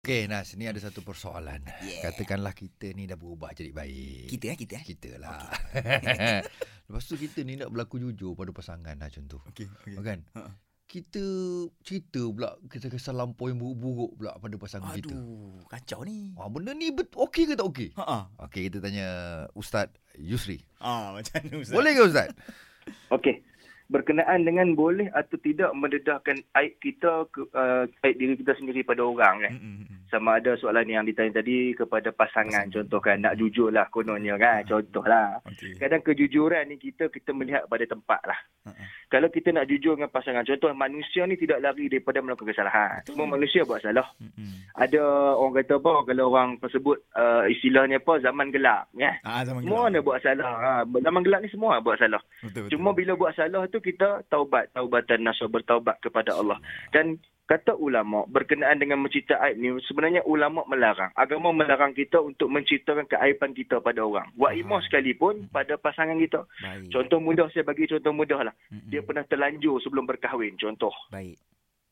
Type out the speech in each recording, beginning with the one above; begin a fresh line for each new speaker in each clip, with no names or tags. Okey Nas, ni ada satu persoalan. Yeah. Katakanlah kita ni dah berubah jadi baik.
Kita eh, kita eh.
Kita lah. Lepas tu kita ni nak berlaku jujur pada pasangan lah macam tu.
Okey, okey.
Kan?
Ha.
Kita cerita pula kisah-kisah lampau yang buruk-buruk pula pada pasangan kita.
Aduh, kacau ni.
Wah, benda ni bet- okey ke tak okey?
Ha ah.
Okey, kita tanya Ustaz Yusri.
Ah, macam tu. Ustaz.
Boleh ke Ustaz?
Okey. Berkenaan dengan boleh atau tidak mendedahkan aib kita ke uh, aib diri kita sendiri pada orang kan.
Mm, mm, mm.
Sama ada soalan yang ditanya tadi kepada
Pasangan.
pasangan contohkan nak jujur lah kononnya kan contoh lah.
Okey.
Kadang kejujuran ni kita kita melihat pada tempat lah.
Ha, ha.
Kalau kita nak jujur dengan pasangan contoh manusia ni tidak lari daripada melakukan kesalahan.
Betul.
Semua manusia buat salah.
Mm, mm.
Ada orang kata apa kalau orang tersebut uh, istilahnya apa zaman gelap kan.
Ah, zaman
Semua
gelap.
nak buat salah. Ha, zaman gelap ni semua buat salah.
Betul, betul.
Cuma bila buat salah tu kita taubat, taubatan nasuh bertaubat kepada Allah. Dan kata ulama berkenaan dengan mencerita aib ni sebenarnya ulama melarang. Agama melarang kita untuk menceritakan keaiban kita pada orang. Wa imah sekalipun pada pasangan kita.
Baik.
Contoh mudah saya bagi contoh mudah lah.
Mm, mm.
Dia pernah terlanjur sebelum berkahwin contoh.
Baik.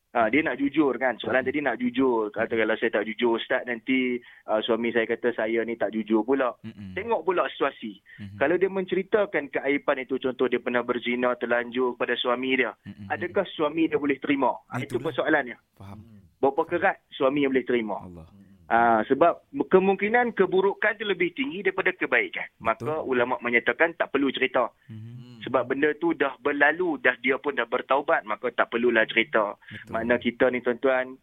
Ha, dia nak jujur kan. Soalan tadi nak jujur. Kata kalau saya tak jujur Ustaz nanti uh, suami saya kata saya ni tak jujur pula.
Mm, mm.
Tengok pula situasi.
Mm, mm.
Kalau dia menceritakan keaiban itu, contoh dia pernah berzina, terlanjur kepada suami dia,
Mm, mm, mm.
adakah suami dia boleh terima? Ha, itu
Itulah.
persoalannya.
faham
Berapa kerat suami yang boleh terima?
Allah.
Ha, sebab kemungkinan keburukan itu lebih tinggi daripada kebaikan. Maka
Betul.
ulama menyatakan tak perlu cerita.
Mm, mm.
Hmm.
Sebab benda tu dah berlalu, dah dia pun dah bertaubat, maka tak perlulah cerita.
Betul.
Makna kita ni tuan-tuan,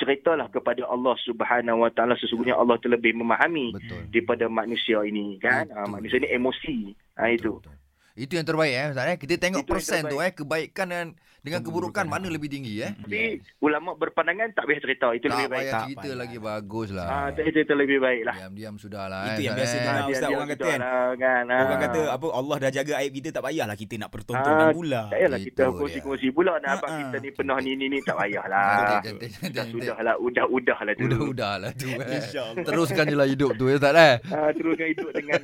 ceritalah kepada Allah Subhanahu Wa Taala sesungguhnya Allah tu lebih memahami
Betul.
daripada manusia ini kan. Ha,
Betul.
manusia ni emosi. Ha, itu.
Betul, betul. Itu yang terbaik eh Ustaz eh. Kita tengok
Itu yang
persen tu eh kebaikan dan dengan keburukan
Keburukan. lah. Hmm.
mana lebih tinggi eh.
Tapi ulama berpandangan tak payah cerita. Itu
Tak
lebih baik.
payah
Tak
cerita
payah.
lagi bagus lah.
Ah, tak payah cerita lebih baik lah.
Diam-diam sudahlah
Itu
eh,
yang
Ustaz,
biasa
eh.
dah. Ah, Ustaz,
Dia-
orang
dia
kata
jual
kan?
lah, kan. Ah.
Orang kata apa Allah dah jaga aib kita tak payahlah kita nak pertontonan
Ah,
pula.
tak payahlah kita
Itu dia.
kongsi-kongsi pula nak
Ah,
abang
ah.
kita ni penuh ni ni ni
Cantik,
tak payahlah.
cantik,
Dah
cantik, cantik.
sudahlah, udah-udah lah dulu.
Udah-udah lah eh, tu eh.
InsyaAllah.
Teruskan je lah hidup tu ya Ustaz eh.
Ah, teruskan hidup dengan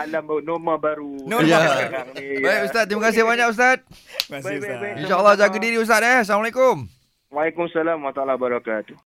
alam baru, norma baru.
Norma
Ya.
sekarang ni,
Baik
ya.
Ustaz, terima kasih banyak Ustaz.
Terima kasih,
Baik, baik,
Ustaz.
baik.
InsyaAllah jaga diri Ustaz eh. Assalamualaikum.
Waalaikumsalam warahmatullahi wabarakatuh.